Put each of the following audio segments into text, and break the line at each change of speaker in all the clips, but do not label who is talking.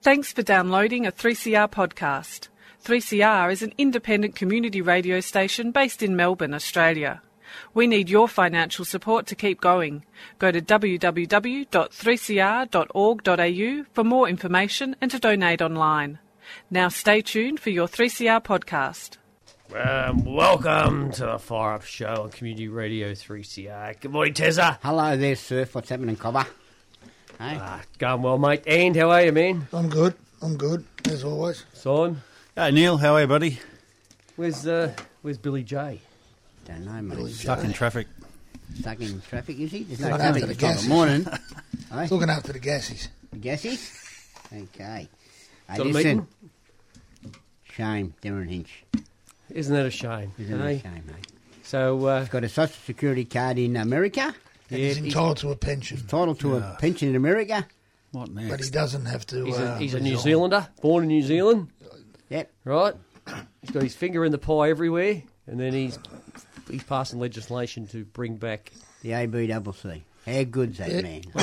Thanks for downloading a 3CR podcast. 3CR is an independent community radio station based in Melbourne, Australia. We need your financial support to keep going. Go to www.3cr.org.au for more information and to donate online. Now stay tuned for your 3CR podcast.
Um, welcome to the Fire Up Show on Community Radio 3CR. Good morning, Tessa.
Hello there, Surf. What's happening, Cobber? Hey?
Ah, going well, mate. And how are you, man?
I'm good. I'm good as always.
Simon,
Hey Neil, how are you, buddy?
where's uh, where's Billy J?
Don't know, mate.
Stuck in traffic.
Stuck in traffic, is he? There's no
Stuck
traffic
under
this
the
time of
gases.
morning.
Looking after the gassies.
Gassy? Okay. Hey,
Got a meeting?
listen. Shame, Darren Hinch.
Isn't that a shame?
Isn't it
eh?
a shame, mate?
So, uh,
Got a social security card in America,
And he's entitled to a pension,
titled to a pension in America.
What
but he
next?
doesn't have to.
he's,
uh,
a, he's a New
resign.
Zealander, born in New Zealand,
Yep.
right? He's got his finger in the pie everywhere, and then he's he's passing legislation to bring back.
The ABCC. How good's that
Yeah.
man?
He's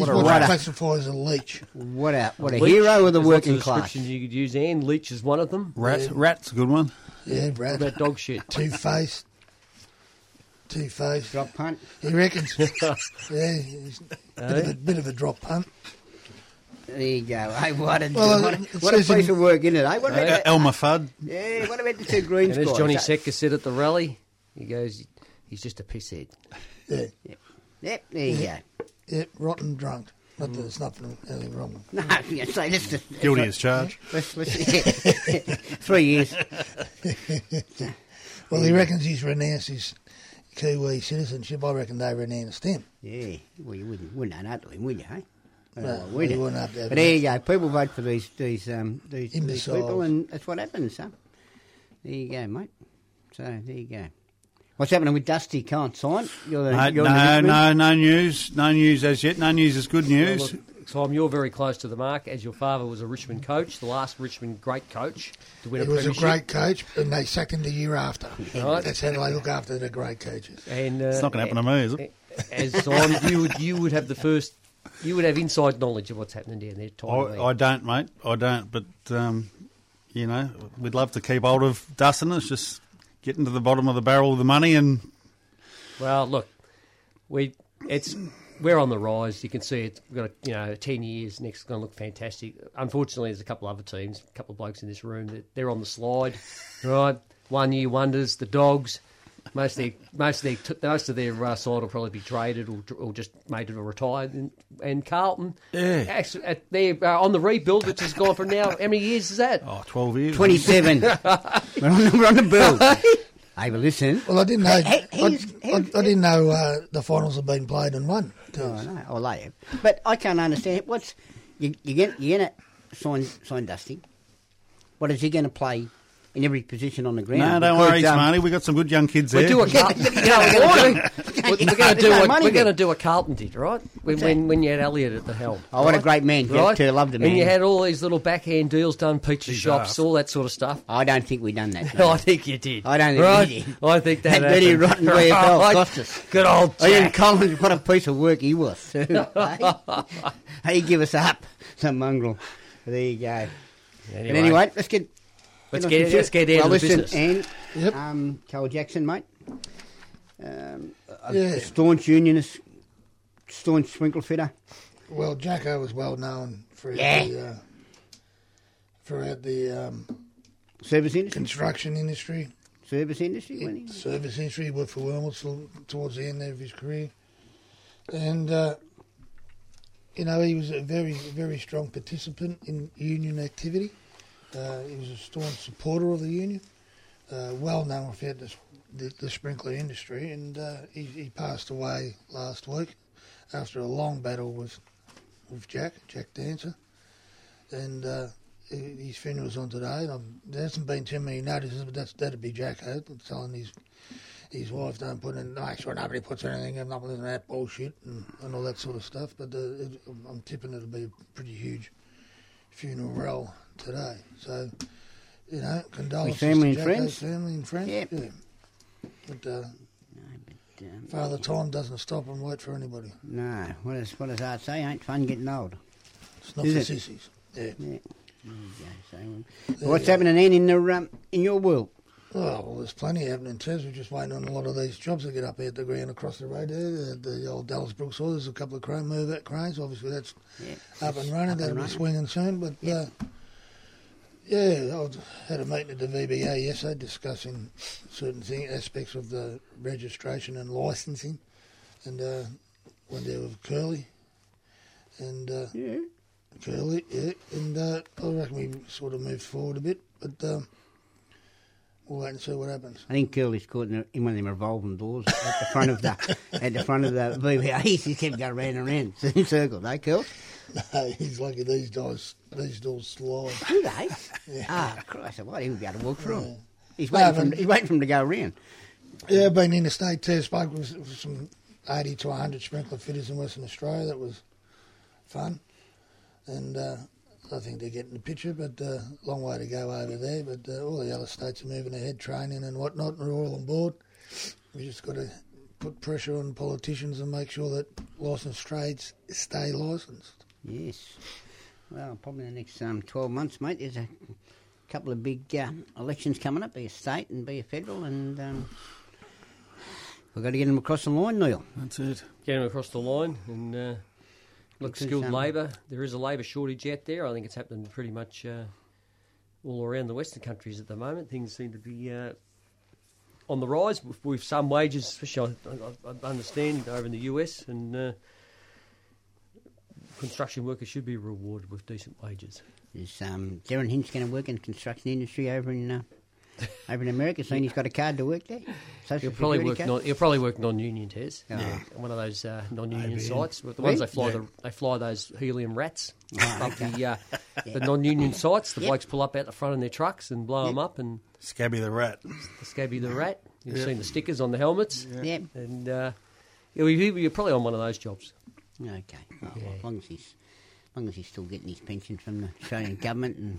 What a
what
rider.
they classify as a leech.
What a what a
Leech.
hero of the
There's lots
working class.
descriptions you could use, and Leach is one of them.
Rat, rat's a good one.
Yeah, rat.
About dog shit.
Two faced. Two faced.
Drop punt.
He reckons. yeah, he's a bit, of a bit of a drop punt.
There you go. Hey, what a,
Well,
what a,
it
what a
says in-
piece of work, isn't it? Eh? What about
Uh,
that?
Elmer Fudd.
Yeah, what about the two green
And as
squads?
Johnny
Eh?
Secker said at the rally, he goes, he's just a pisshead.
Yeah,
Yep, there you go.
yeah, rotten drunk. Not
Mm.
that there's nothing really wrong. with
No, yeah, so let's just
Guilty as charged.
let's, let's- three years.
it. Well, he reckons he's renounced his Kiwi citizenship. I reckon they renounced him.
Yeah, well, you wouldn't wouldn't know that, would you? Hey?
No,
Well,
we wouldn't have that.
But there you go. People vote for these these um, these, these
Imbeciles.
people, and that's what happens. Huh? There you go, mate. So there you go. What's happening with Dusty? Can't sign. You're the,
Uh, No,
you're the
no,
Richmond.
no, no news. No news as yet. No news is good
Well,
news.
look, Tom, you're very close to the mark, as your father was a Richmond coach, the last Richmond great coach to win
He
a
was a
premiership.
great coach, and they sacked him the year after.
Right.
That's how they look after the great coaches.
and, uh,
It's not going to happen to me, is it?
As Simon, you would you would have the first, you would have inside knowledge of what's happening down there. Tom,
I, I don't, mate. I don't. But um, you know, we'd love to keep hold of Dustin. It's just getting to the bottom of the barrel of the money, and
Well, look, we it's we're on the rise. You can see it. We've got you know ten years. Next is going to look fantastic. Unfortunately, there's a couple other teams, a couple of blokes in this room that they're on the slide, right? One year wonders. The dogs. Most of their most of their t- most of their uh, side will probably be traded or, or just made it or retired. And, and Carlton,
Yeah.
actually, at, they're uh, on the rebuild, which has gone for now. How many years is that?
oh, 12 years.
Twenty-seven. we're, on the, we're on the bill. hey, but listen.
Well, I didn't know.
Hey, hey,
I,
he's-
I, I didn't know uh, the finals had been played and won.
I know, I like it. But I can't understand what's you, you get you're gonna sign sign Dusty. What is he gonna play in every position on the ground?
No, don't
Because,
worry,
um,
Smarty. We've got some good young kids
We
there.
do a Carlton.
Yeah, but-
You know what we're gonna do?
Yeah,
We're going
you can't-
to
there's
do
no
what
money
we're
there.
going to do what Carlton did, right? When, when when you had Elliot at the helm.
Oh, what a
right?
great man, Jeff too. Loved him,
And you
man.
had all these little backhand deals done, pizza shops,
are.
all that sort of stuff.
I don't think we done that.
No, I
No.
think you did.
I don't think
right?
we did.
I think that
That dirty
happened.
rotten way of Bell
Right?
cost us.
Good old
Ian
Jack.
Collins, what a piece of work he was. too. eh? hey, he give us up, some mongrel. There you go. But anyway, let's get
Let's
on
get-
some shit.
let's get down
well,
to the
listen,
business.
And
Yep.
um, Cole Jackson, mate. Um, a,
Yeah.
a staunch unionist, staunch sprinkle fitter.
Well, Jacko was well known throughout
Yeah.
the, uh, throughout the um,
Service industry,
construction industry,
service industry, wasn't he?
service industry. Worked for Wormels till- towards the end of his career, and uh, you know he was a very, very strong participant in union activity. Uh, he was a staunch supporter of the union, uh, well known throughout the, the, the sprinkler industry, and uh, he, he passed away last week after a long battle with with Jack, Jack Dancer, and uh, h- his funeral's on today. And I'm, there hasn't been too many notices, but that's that'd be Jack Hope telling his his wife don't put in, make sure nobody puts anything. I'm not listening to that bullshit and, and all that sort of stuff. But uh, it, I'm- I'm tipping it'll be a pretty huge funeral roll today. So. You know, condolences
family
to
and
Jacko,
friends?
Family and friends.
Yep.
Yeah. But uh,
Um,
Father Time doesn't stop and wait for anybody.
no, what does what does that say? Ain't fun getting old.
It's not
Is
for
it?
sissies. Yeah.
Yeah. There you go. So, um, what's happening then in the um, in your world?
Oh, well, there's plenty happening in Taz. We're just waiting on a lot of these jobs to get up out the ground across the road there. The, the old Dallas Brooks Oil, there's a couple of crane move out cranes. Obviously, that's
Yeah.
up and running.
Up and
That'll be
running.
swinging soon. But uh, yeah, I had a meeting at the VBA yesterday discussing certain thing, aspects of the registration and licensing. And uh, went there with Curly. And uh,
Yeah.
Curly, yeah. And uh, I reckon we sort of moved forward a bit. But um, we'll wait and see what happens.
I think Curly's caught in, a, in one of them revolving doors at the front of the at the front of the VBA. He kept going round and round in circles. Eh, Curl?
He's lucky these doors these doors slide.
Do they? Ah, Christ! What he would be able to walk through 'em.
Yeah.
He's
No,
waiting for him,
but-
he's waiting for him to go round.
Yeah, been in the state test spoke with with some eighty to hundred sprinkler fitters in Western Australia. That was fun, and uh, I think they're getting the picture. But uh, long way to go over there. But uh, all the other states are moving ahead, training and whatnot, and we're all on board. We just got to put pressure on politicians and make sure that licensed trades stay licensed.
Yes. Well, probably in the next um, 12 months, mate, there's a couple of big uh, elections coming up, be a state and be a federal, and um, we've got to get them across the line, Neil.
That's it.
Getting across the line and uh, look,
Because,
skilled
um,
labour. There is a labour shortage out there. I think it's happening pretty much uh, all around the Western countries at the moment. Things seem to be uh, on the rise with, with some wages, especially I, I, I understand over in the US, and uh, construction workers should be rewarded with decent wages.
Is um, Darren Hinch going to work in the construction industry over in uh, over in America, saying he's got a card to work there? Social
You'll probably work
Security
non, you'll probably work non-union tests.
Yeah. Yeah.
One of those uh, non-union
Maybe.
sites, with the
Really?
ones they fly the, they fly those helium rats
Ah,
up
okay.
the uh, the non-union sites. The
Yep.
blokes pull up out the front in their trucks and blow them up, and
Scabby the rat.
the scabby the rat. You've seen the stickers on the helmets,
Yeah.
and uh, you'll be- you're probably on one of those jobs.
Okay. Oh, well, as long as he's as long as he's still getting his pension from the Australian government and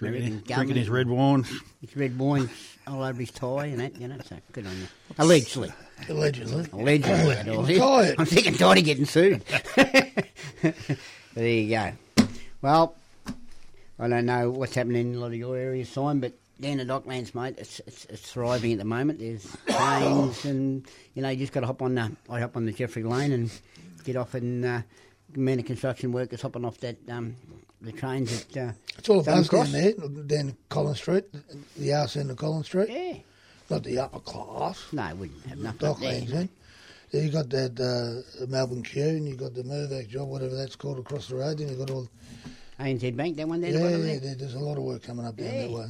American
Drinking,
government,
drinking his red wine.
his red wine all over his tie and that, you know. So good on you. Allegedly.
Allegedly.
Allegedly. and all this.
Tired.
I'm sick and tired of getting sued. there you go. Well, I don't know what's happening in a lot of your areas, Simon, but down the Docklands, mate, it's, it's, it's thriving at the moment. There's trains and, you know, you just got to hop on the, I hop on the Jeffrey Lane and get off and, uh, men of construction workers hopping off that, um, the trains at, uh,
It's all
Southern
above down there, down Collins Street, the arse end of Collins Street.
Yeah.
Not the upper class.
No, it wouldn't have nothing up there.
Docklands, eh? Yeah, you got that uh, Melbourne Q, and you got the Mervac job, whatever that's called, across the road. Then you got all
ANZ Bank, that one there.
yeah,
the
yeah,
bottom there.
there- there's a lot of work coming up down that
Yeah.
way.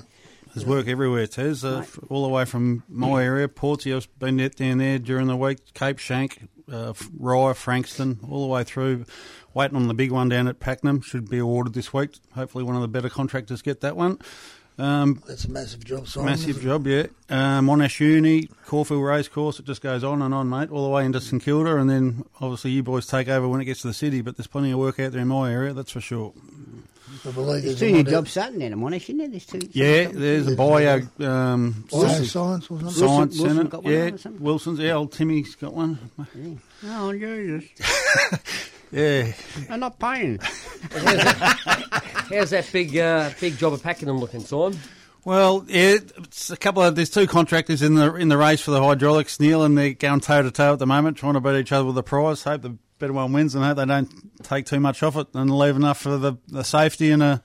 There's work everywhere, Tez. Uh, f- all the way from my area, Portsea. I've been out down there during the week. Cape Shank, uh, F- Rye, Frankston, all the way through. Waiting on the big one down at Pakenham. Should be awarded this week. Hopefully, one of the better contractors get that one. Um,
That's a massive job, Simon.
massive
isn't it?
job, yeah. Uh, Monash Uni, Corfu Racecourse. It just goes on and on, mate. All the way into St Kilda, and then obviously you boys take over when it gets to the city. But there's plenty of work out there in my area, that's for sure.
I believe
There's
there's
two new
another-
jobs starting there, Monash, isn't there? There's two.
Yeah, there's a bio um,
Oil
system-
Oh, science or something.
Wilson-
Science
Wilson
Senate.
got one
yeah,
or something?
Wilson's. Yeah, old Timmy's got one.
Oh, Jesus.
Yeah.
I'm not paying.
How's that big uh, big job of packing them looking, Simon?
Well, yeah, it's a couple of there's two contractors in the in the race for the hydraulics, Neil, and they're going toe to toe at the moment, trying to beat each other with the prize. Hope the better one wins, and hope they don't take too much off it and leave enough for the, the safety and a,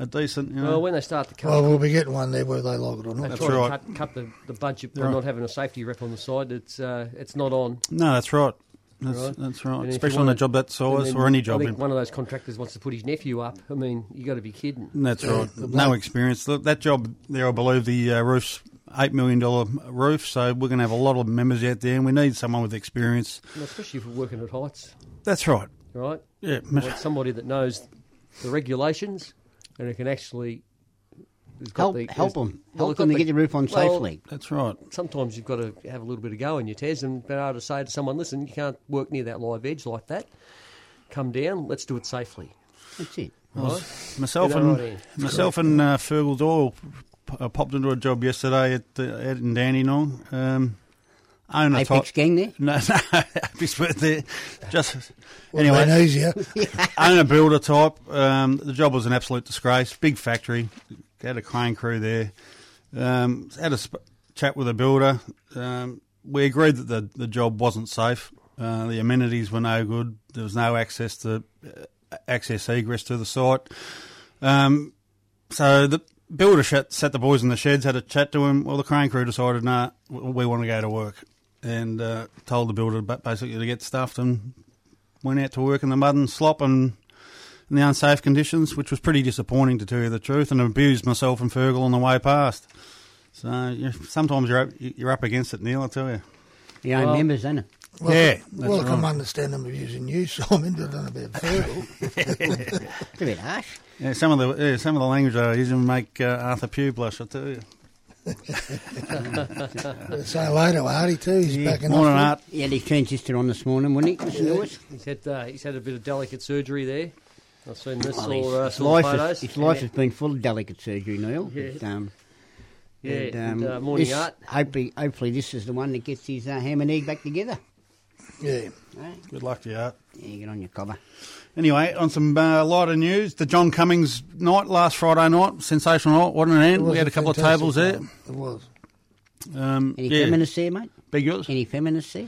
a decent. You know,
Well, when they start to cut,
Oh, Well, we'll be getting one there whether they like it or
they
not.
That's
try to
right.
cut, cut the, the budget by not having a safety rep on the side. It's uh, it's not on.
no, that's right. That's
Right.
right. That's right.
And if you
Especially on a
wanna-
job that
And
size
then
or any
I
job.
think
in-
one of those contractors wants to put his nephew up. I mean, you got to be kidding.
That's right.
the
No
bloke-
experience. Look, that job there, I believe the uh, roof's eight million dollar roof. So we're going to have a lot of members out there, and we need someone with experience.
And especially if we're working at heights,
That's right.
right?
Yeah,
You want somebody that knows the regulations and who can actually who's got
Help,
the-
help
who's-
them.
well,
Help
got
them to get the roof on
well,
safely.
that's right.
Sometimes you've got to have a little bit of go in your tears and be able to say to someone, "Listen, you can't work near that live edge like that. Come down. Let's do it safely."
That's it.
Right?
Myself
You know
and
what I mean?
myself and uh, Fergal Doyle p- uh, popped into a job yesterday at the, out in Dandenong. Um, owner
Apex
type.
gang there.
No, no, Apex weren't there. Just
Anyway,
anyway,
easier.
owner builder type. Um, the job was an absolute disgrace. Big factory, had a crane crew there. Um, had a sp- chat with a builder. Um, we agreed that the the job wasn't safe. Uh, the amenities were no good. There was no access to uh, access egress to the site. Um, so the builder shut, set the boys in the sheds, had a chat to him. Well, the crane crew decided, nah, w- we want to go to work, and uh, told the builder ba- basically to get stuffed and went out to work in the mud and slop and in the unsafe conditions, which was pretty disappointing to tell you the truth, and abused myself and Fergal on the way past. So you sometimes you're up, you're up against it, Neil. I tell you.
Your own
Well-
members, isn't it?
Well,
Yeah, that's
Well, I can
right.
understand them abusing you, Simon, but I don't know about Fergal.
It's a bit harsh.
Yeah, some of the yeah, some of the language I use will make uh, Arthur Pugh blush. I tell you.
Say hello to Artie, too. He's
Yeah.
back in
Morning,
hospital.
Art.
He had his transistor on this morning, wouldn't he? Listen to us.
He's had uh, he's had a bit of delicate surgery there. I've seen this
Well, his-
or uh,
his
saw the
life
photos.
has, his life has been full of delicate surgery, Neil.
Yeah.
But, um,
yeah,
and,
and,
um,
uh, morning
this-
art.
Hopefully, hopefully, this is the one that gets his uh, ham and egg back together.
Yeah.
Right?
Good luck to you, Art.
Yeah, get on your cover.
Anyway, on some uh, lighter news, the John Cummings night last Friday night, sensational night, what an
It
end.
was
We had a couple of
fantastic
tables there.
night. It was.
Um,
Any
yeah,
feminists there, mate?
big yours. There
Any feminists there?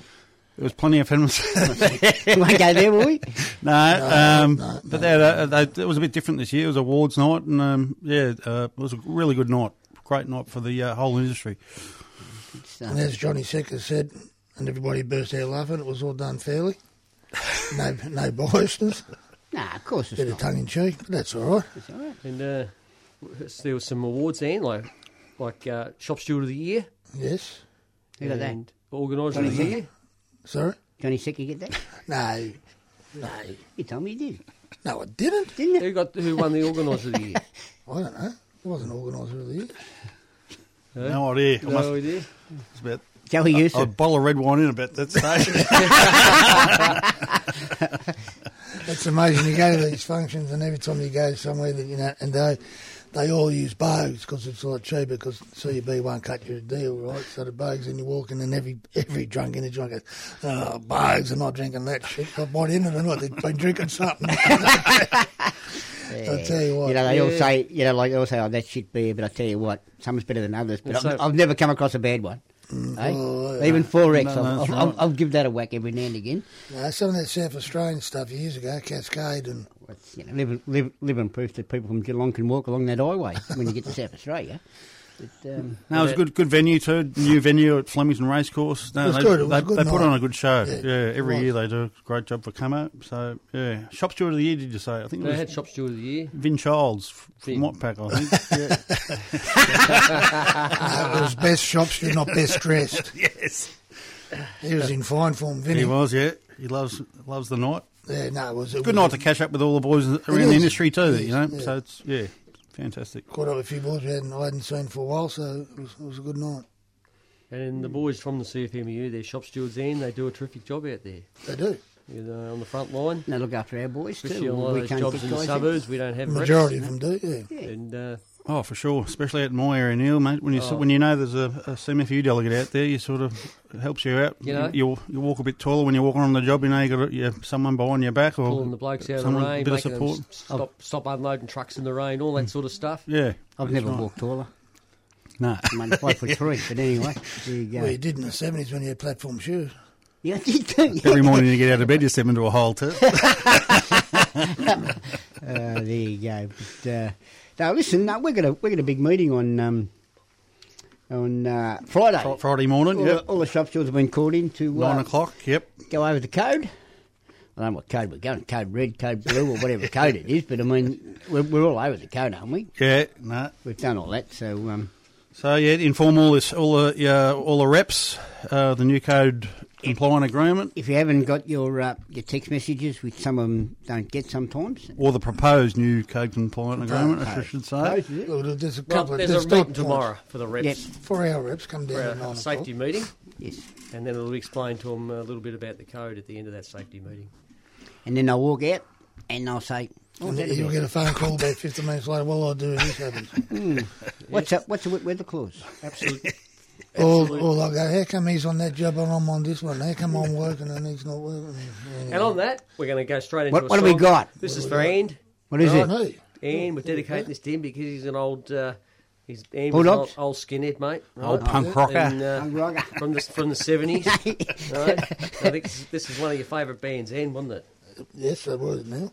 was plenty of feminists.
we won't go there, will we?
no, um, but they had a, they, it was a bit different this year. It was awards night, and um, yeah, uh, it was a really good night. Great night for the uh, whole industry.
It's, uh,
And as Johnny Secker said, and everybody burst out laughing, it was all done fairly. No, no biasness,
nah, of course it's
bit of
not.
tongue in cheek, but that's all right.
It's all right.
And uh, there was some awards there, like like uh, shop steward of the year
Yes,
Who got that?
and organizer of the year.
sorry.
Johnny Secker get that?
No, no,
You told me you did,
no, it didn't.
didn't you?
Who got who won the organizer of the year?
I don't know. It wasn't organised of the year.
No idea. I must,
No idea.
it's about
Joey
a
Yusuf.
bottle of red wine in about that stage.
It's amazing. You go to these functions, and every time you go somewhere that you know, and they they all use bogues because it's a lot cheaper. Because CUB won't cut you a deal, right? So the bogues, and you walk in, and every every drunk in the joint goes, "Oh, bogues, I'm not drinking that shit." But what in it? or not? They've been drinking something. I'll tell you what.
You know, they all
Yeah.
say, you know, like they all say, oh, that shit beer, but I tell you what, some's better than others. But
Well,
I've,
so-
I've never come across a bad one. eh?
oh, yeah.
Even 4X,
No,
I'll,
no, that's
I'll, I'll,
right.
I'll give that a whack every now and again.
No, some of that South Australian stuff years ago, Cascade and
It's, you know, living, live, living proof that people from Geelong can walk along that highway when you get to South Australia. But, um,
No, it was a good good venue too. New venue at Flemington Racecourse. No,
It was
they,
good, it was
they,
a good
they put
night.
on a good show.
Yeah,
Yeah,
it
every
was.
year they do a great job for Camo. So yeah, shop steward of the year. Did you say? I think it
They
was
had shop steward of the year.
Vin Childs f- from
Vin.
Watpack. I think.
uh, it was best shops, you're not best dressed.
yes,
He was in fine form, Vinny.
he was. Yeah, he loves loves the night.
Yeah, no, it was it
Good
was,
night to catch up with all the boys around
is.
the industry too.
It
You know,
is, yeah.
so it's yeah, fantastic.
Caught up with a few boys we hadn't, I hadn't seen for a while, so it was, it was a good night.
And the boys from the CFMU, they're shop stewards and they do a terrific job out there.
They do.
You know, on the front line,
they look after our boys
especially
too.
on a lot of those jobs
get
in the
guys
suburbs. We don't have
The
reps.
majority of them do, yeah.
And uh,
Oh, for sure, especially at my area, Neil, mate. When you s
Oh.
when you know there's a, a CMFU delegate out there, you sort of it helps you out.
You know?
you, you walk a bit taller when you're walking on the job. You know, you got you, someone behind your back or
pulling the blokes out of the
someone-
rain,
bit of
making them
support.
s- stop, stop unloading trucks in the rain, all that sort of stuff.
Yeah,
I've never walked taller.
no.
I'm only five foot three, but anyway, there you go.
Well, you did in the 70s when you had platform shoes.
Yeah, I did too.
Every morning you get out of bed, you step into a hole too.
Uh, there you go. But, uh, now listen, now we're gonna we're gonna big meeting on um, on uh, Friday.
Fri- Friday morning,
all,
yep.
the,
uh,
all the shop stewards have been called in to
Nine
uh,
o'clock, yep.
go over the code. I don't know what code we're going, code red, code blue, or whatever code it is, but I mean, we're, we're all over the code, aren't we?
Yeah, no.
We've done all that, so um,
So yeah, inform all this, all the yeah, all the reps, uh, the new code compliant agreement
if you haven't got your uh, your text messages, which some of them don't get sometimes,
or the proposed new code compliant agreement, I
Proposed.
should say.
Look, there's a
Well,
couple of
there's a
there's dot
meeting tomorrow for the reps.
Yep.
points. Four hour reps come down
For
at
our
9
safety meeting,
yes,
and then it'll explain to them a little bit about the code at the end of that safety meeting.
and then they'll walk out and they'll say, oh,
o'clock.
is that
And
a
you'll
bit-
get a phone call about 15 minutes later, what will I do if this happens?
"What's up? What's the wet weather clause?"
Absolute
Or, or like, how come he's on that job and I'm on this one? How come I'm working and he's not working?
And on that, we're going to go straight into
What-
a
what have we
song.
got?
This is for Ian.
What is it?
Right.
Hey,
Ian, we're dedicating this to him because he's an old, uh, he's Ian was an old,
Bulldogs?
old skinhead, mate.
Old
right?
punk rocker.
And, uh,
Punk rocker.
from the from the seventies. right? I think this, this is one of your favourite bands, Ian, wasn't it?
yes, I was now.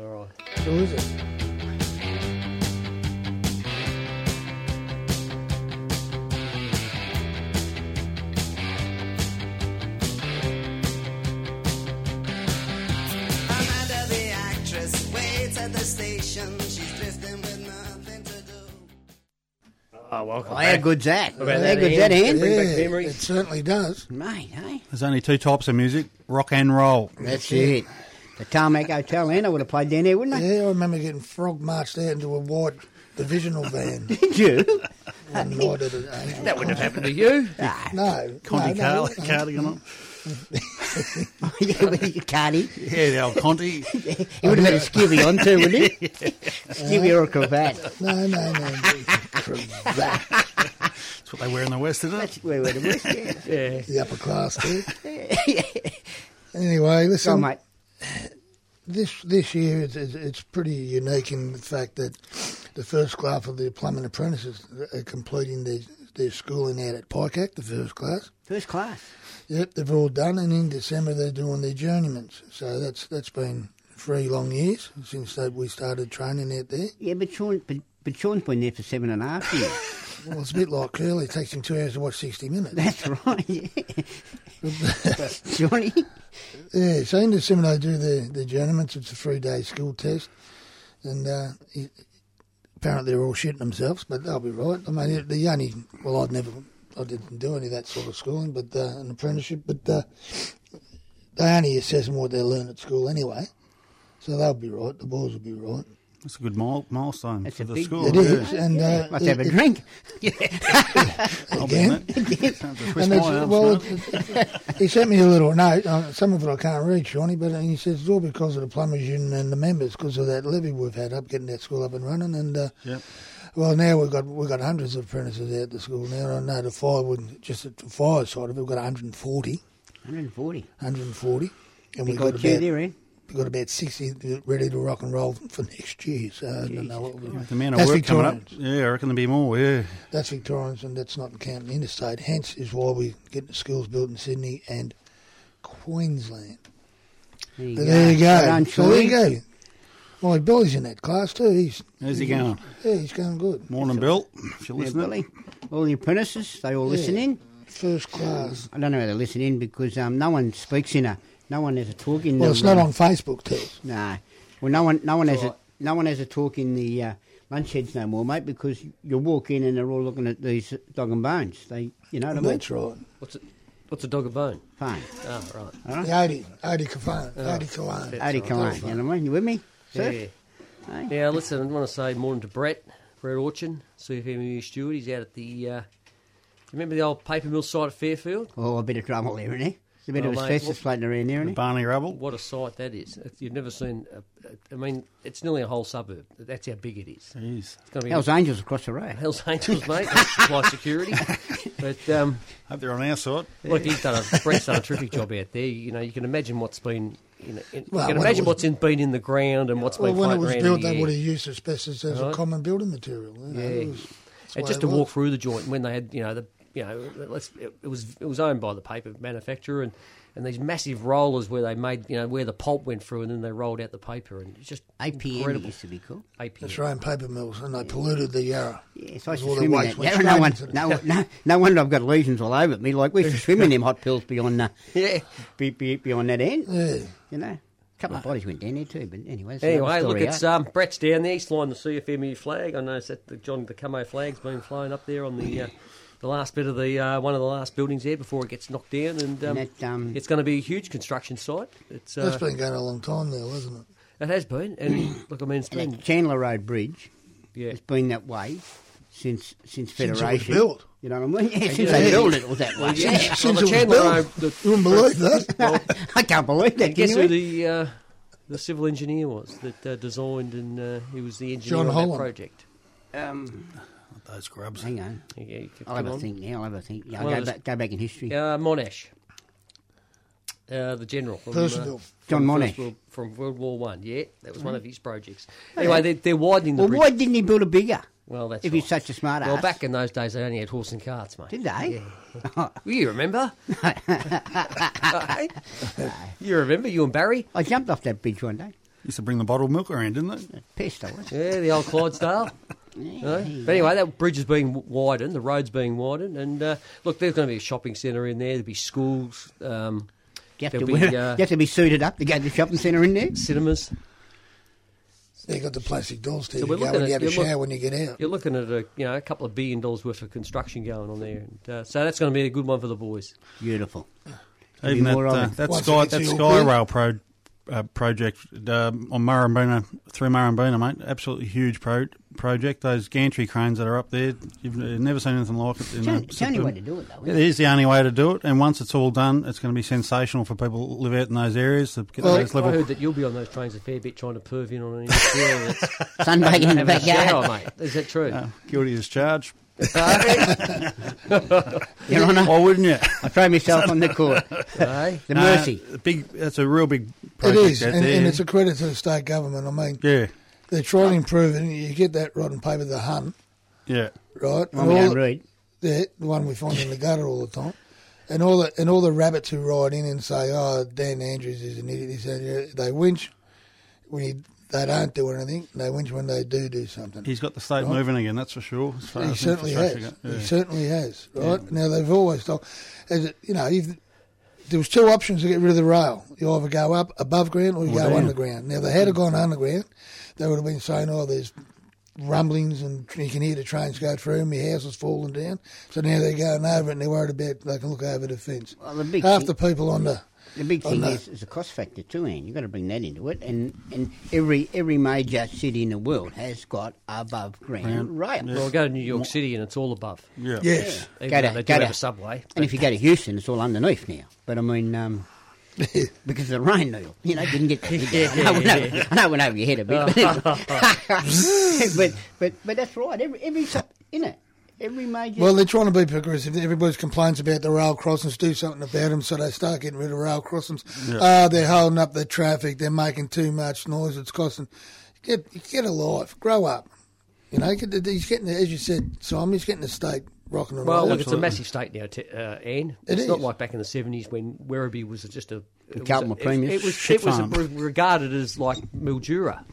All right.
Who is it?
Amanda, the actress, waits at the station. She's drifting with nothing to do.
Oh, welcome.
Oh, how good's that? How
About that
good's
hand.
that, Ian?
Bring back
Yeah,
memories.
It certainly does.
Mate, hey?
There's only two types of music rock and roll.
That's it. The Tarmac Hotel, Ian, I would have played down there, wouldn't I?
Yeah, I remember getting frog marched out into a white divisional van
Did you?
one night at a,
That wouldn't have happened to you.
No,
Conti
no,
Car-
no.
cardigan on.
yeah, with your cardi.
Yeah, the old Conti.
He would have had a skivvy on too, wouldn't he? skivvy or a cravat.
No, no, no.
That's what they wear in the West, isn't it?
That's where we're the worst, yeah.
Yeah.
the upper class there. Anyway,
Oh,
listen.
mate.
This this year it's, it's, it's pretty unique in the fact that the first class of the plumbing apprentices are completing their their schooling out at Pycac, the first class.
First class.
Yep, they've all done, and in December they're doing their journeymans. So that's that's been three long years since they, we started training out there.
Yeah, but Sean, but, but Sean's been there for seven and a half years.
Well, it's a bit like curly; it takes him two hours to watch sixty minutes.
That's right, yeah. Johnny?
Yeah, so in December they do their, their journeyments. It's a three day school test, and uh, it- apparently they're all shitting themselves, but they'll be right. I mean, it- the only well, I'd never, I didn't do any of that sort of schooling, but uh, an apprenticeship, but uh, they only assess them what they learn at school anyway, so they'll be right. The boys will be right.
That's a good mile, milestone
That's
for
a
the
big-
school.
It is, and uh,
Oh, Must
it-
have a
it-
drink.
again. And it's- well,
Well,
it- it- he sent me a little note. Uh, some of it I can't read, Shawnee, but uh, he says it's all because of the plumbers union and the members, because of that levy we've had up getting that school up and running. And uh,
Yep.
well, now we've got we've got hundreds of apprentices out at the school now. I know the fire would just at the fire side of it, we've got 140,
140.
140, and
We
we've got
got you
about
there, eh? Ian.
we've got about 60 ready to rock and roll for next year. So I don't know what we're
the man of
That's
work
Victorians.
coming up. Yeah, I reckon there'll be more. Yeah,
That's Victorians and that's not counting interstate. Hence is why we get the schools built in Sydney and Queensland.
There you
But there you
Well
go.
done,
So there you
Sean.
go. My Billy's in that class too. He's
how's he going?
yeah, he's going good.
Morning, Bill. If you're
Yeah,
listening,
Billy. All the apprentices, they all listen in.
First class.
I don't know how they listen in because um, no one speaks in a, no one has a talk in.
Well,
the,
it's not on Facebook, too.
No, well, no one, no one has
all right.
a, no one has a talk in the uh, lunch heads no more, mate. Because you walk in and they're all looking at these dog and bones. They, you know what I mean?
That's right.
What's a, what's a dog of bone?
Fine.
Oh, right.
The 80, 80 Cavone. 80 Cavone.
Adi Kalane, you know what I mean? You with me?
Yeah.
Surf? Hey.
Now, listen, I want to say morning to Brett, Brett Orchin, CFMU Stewart. He's out at the, uh, remember the old paper mill site at Fairfield?
Oh, a bit of trouble there, isn't it? There's a bit
Oh,
of
mate,
asbestos
what-
floating around there, isn't it?
Barney Rubble.
What a sight that is. If You've never seen, a, I mean, it's nearly a whole suburb. That's how big it is. It's
Jeez.
going to be
Hell's Angels across the road.
Hell's Angels, mate. That's my security. But, um,
Hope they're on our side.
look, he's done a, Brett's done a terrific job out there. You know, you can imagine what's been, you know, in,
Well,
you can
when it
imagine
was-
what's in, been in the ground and what's
Well,
been
when it
floating
was
around
built,
in the
they
air.
would have used asbestos as
Right.
a common building material. you know, it
Yeah.
was- that's
and
the
just to
way it
walk
was.
through the joint when they had you know the you know let's it, it was it was owned by the paper manufacturer and and these massive rollers where they made you know where the pulp went through and then they rolled out the paper and it's just
APN
incredible
used to be cool.
APN.
Australian paper mills, and they polluted the Yarra.
Yes, I used
All
to swim
the
in
whites
that.
went
Yeah, No, one,
straight into
no, no, no wonder I've got lesions all over me. Like, we used to swim in them hot pills beyond, uh,
Yeah.
be, be, beyond that end.
Yeah.
You know, a couple of bodies went down there too, but anyway. that's another
Anyway, look,
story,
it's
eh?
um, Brett's down there. He's flying the CFMU flag. I noticed that the John the Camo flag's been flying up there on the uh, the last bit of the uh, one of the last buildings there before it gets knocked down, and, um,
And that, um,
it's going to be a huge construction site. It's uh,
That's been going a long time now, hasn't it?
it has been, and look, I mean, it's
And
been
that Chandler Road Bridge
yeah.
has been that way since since
it was
Federation.
built.
You know what I mean? Yeah, since
yeah.
they built it, it was that way.
Yeah, well,
Since
the
it was
Chandler
built.
Road- the-
You wouldn't believe that.
I can't believe that.
Guess
can
who
you?
the uh, the civil engineer was that uh, designed and uh, he was the engineer
John
on
Holland.
that project.
um,
Those grubs.
Hang on.
Yeah, you could
I'll
come
have a
on.
think now. I'll have a think. Yeah, I'll
Well,
go,
there's-
back, go back in history.
Uh, Monash, uh, the general. From,
Percival.
John
from
Monash.
First World- From World War One, yeah, that was one
Mm-hmm.
of his projects. Anyway, they're, they're widening the
Well,
bridge.
why didn't he build a bigger?
Well, that's
if
right.
he's such a smart
Well,
ass.
back in those days, they only had horse and carts, mate.
Did they?
You remember? Eh? you remember you and Barry?
I jumped off that bridge one day.
Used to bring the bottled milk around, didn't it?
Pissed I was.
Yeah, the old Clydesdale.
Yeah.
Eh? But anyway, that bridge is being w- widened, the road's being widened, and uh, look, there's going to be a shopping centre in there. There'll be schools, um,
You, have to
there'll
wear,
be uh,
you have to be suited up to go to the shopping centre in there.
cinemas.
They got the plastic doors
So
to you
we're
go
looking
and you
at-
have a
you're look-
shower when you get out.
You're looking at a you know a couple of billion dollars worth of construction going on there, and uh, so that's going to be a good one for the boys.
Beautiful. There'll be
Even that,
more of
uh,
it.
that
Once
Sky,
it gets
that
to your
Sky
bill.
Rail pro, uh, project um on Murrumbina, through Murrumbina, mate. Absolutely huge pro- project. Those gantry cranes that are up there, you've uh, never seen anything like it. In
It's,
uh,
only- it's the only way
Sydney.
to do it, though.
It
Isn't it?
is the only way to do it, and once it's all done, it's going to be sensational for people who live out in those areas to get
Well,
those
I
level.
heard that you'll be on those trains a fair bit trying to perv in on an interview that's
Sunbaking in the
having a shower,
backyard.
mate. Is that true?
Guilty as charged.
Your Honour,
Why wouldn't you?
I throw myself on the court.
Eh?
The mercy.
Uh, big. That's a real big
It
project
is,
out
and,
there.
and it's a credit to the state government. I mean,
yeah,
they're trying to improve it. And you get that rotten paper, the Hun,
yeah.
right?
One we
And all-
don't read.
the, the one we find in the gutter all the time. And all the and all the rabbits who ride in and say, "Oh, Dan Andrews is an idiot," this, that, and the other, they winch when he, they don't do anything. They winch when they do do something.
He's got the state moving again, that's for sure. as far
he
as
certainly
infrastructure
has.
goes.
He
Yeah.
certainly has. Right now, they've always told, as it, you know, you've, there was two options to get rid of the rail. You either go up above ground or you
Or
go
down.
underground. Now, if they had have gone underground, they would have been saying, "Oh, there's rumblings and you can hear the trains go through. My house is falling down." So now they're going over it and they're worried about they can look over the fence.
Well, the big
Half
thing-
the people on the
The big
Oh,
thing
no.
is, is the cost factor too, Ian. You've got to bring that into it. And and every every major city in the world has got above ground rail.
Well, go to New York City and it's all above.
Yeah.
yes,
Even
Go
though
to-
they
go
do have
to-
a subway.
And if you go to Houston, it's all underneath now. But I mean, um, because of the rain, Neil, you know, didn't get. I, know, I know- I know it went over your head a bit, but but, but but that's right. Every every in it, every major.
Well, they're trying to be progressive. Everybody complains about the rail crossings. Do something about them, so they start getting rid of rail crossings. Ah, they're holding up the traffic. They're making too much noise. It's costing. Get get a life. Grow up. You know, get the, he's getting the, as you said, Simon. He's getting the state rocking and
Well,
rolling.
look, it's a massive state now, t- uh, Anne.
It
it's not
is.
like back in the seventies when Werribee was just a. It was
Carlton
a-
were premiers.
It, it was,
Shit
it was
farm.
re- regarded as like Mildura.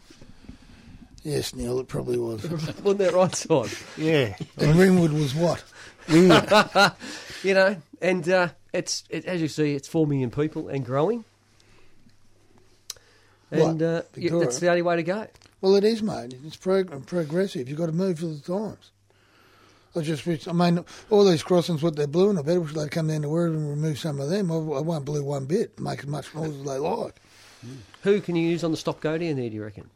yes, Neil, it probably was.
Wasn't that right, Todd?
Yeah.
and Ringwood was what?
You know, and uh, it's it, as you see, it's four million people and growing.
What?
And uh, yeah,
Victoria?
that's the only way to go.
Well, it is, mate. It's prog- progressive. You've got to move with the times. I just, wish- I mean, all these crossings, what they're blue, and I bet if they come down to word and remove some of them, I, I won't blue one bit. Make as much noise as they like.
Who can you use on the stop go down there? Do you reckon?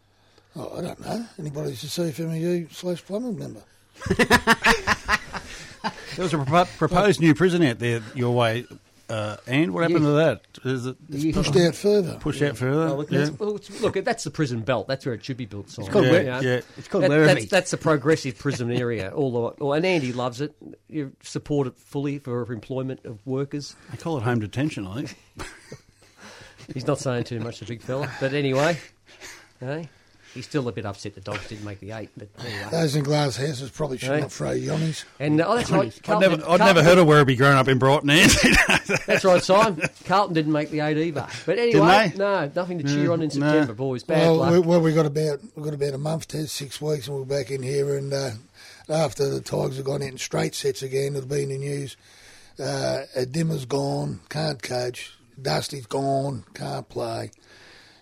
Oh, I don't know. Anybody who's a CFMEU slash plumbing member.
There was a propo- proposed new prison out there your way, uh, and what happened to that? Is it it's
You-
Pushed out further.
pushed out further?
Well, Oh, look,
yeah.
that's, well, it's- look, that's the prison belt. That's where it should be built. Simon.
called
Yeah,
Wer-
You know?
yeah.
it's called
That- that's,
Werribee.
that's a progressive prison area. All the way. Well, and Andy loves it. You support it fully for employment of workers.
They call it home detention, I think.
He's not saying too much, the big fella. But anyway, eh? he's still a bit upset the dogs didn't make the eight. But anyway,
Those in glass houses probably should
Hey.
not throw yonnies.
and uh, oh, that's right.
I'd
Carlton,
never, I'd never heard of Werribee growing up in Brighton. Andy.
That's right, Simon. Carlton didn't make the eight either. But anyway,
they?
no, nothing to cheer
Yeah,
on in
no.
September, boys. Bad
Well,
luck.
we, well, we got about we got about a month to six weeks, and we're back in here. And uh, after the Tigers have gone out in straight sets again, it'll be in the news. Uh, Dimmer's gone, can't coach. Dusty's gone, can't play.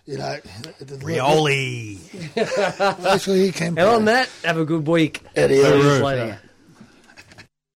You know, the-
Rioli.
Actually, he can.
and on
play.
that, have a good week.
Adios.
See you later.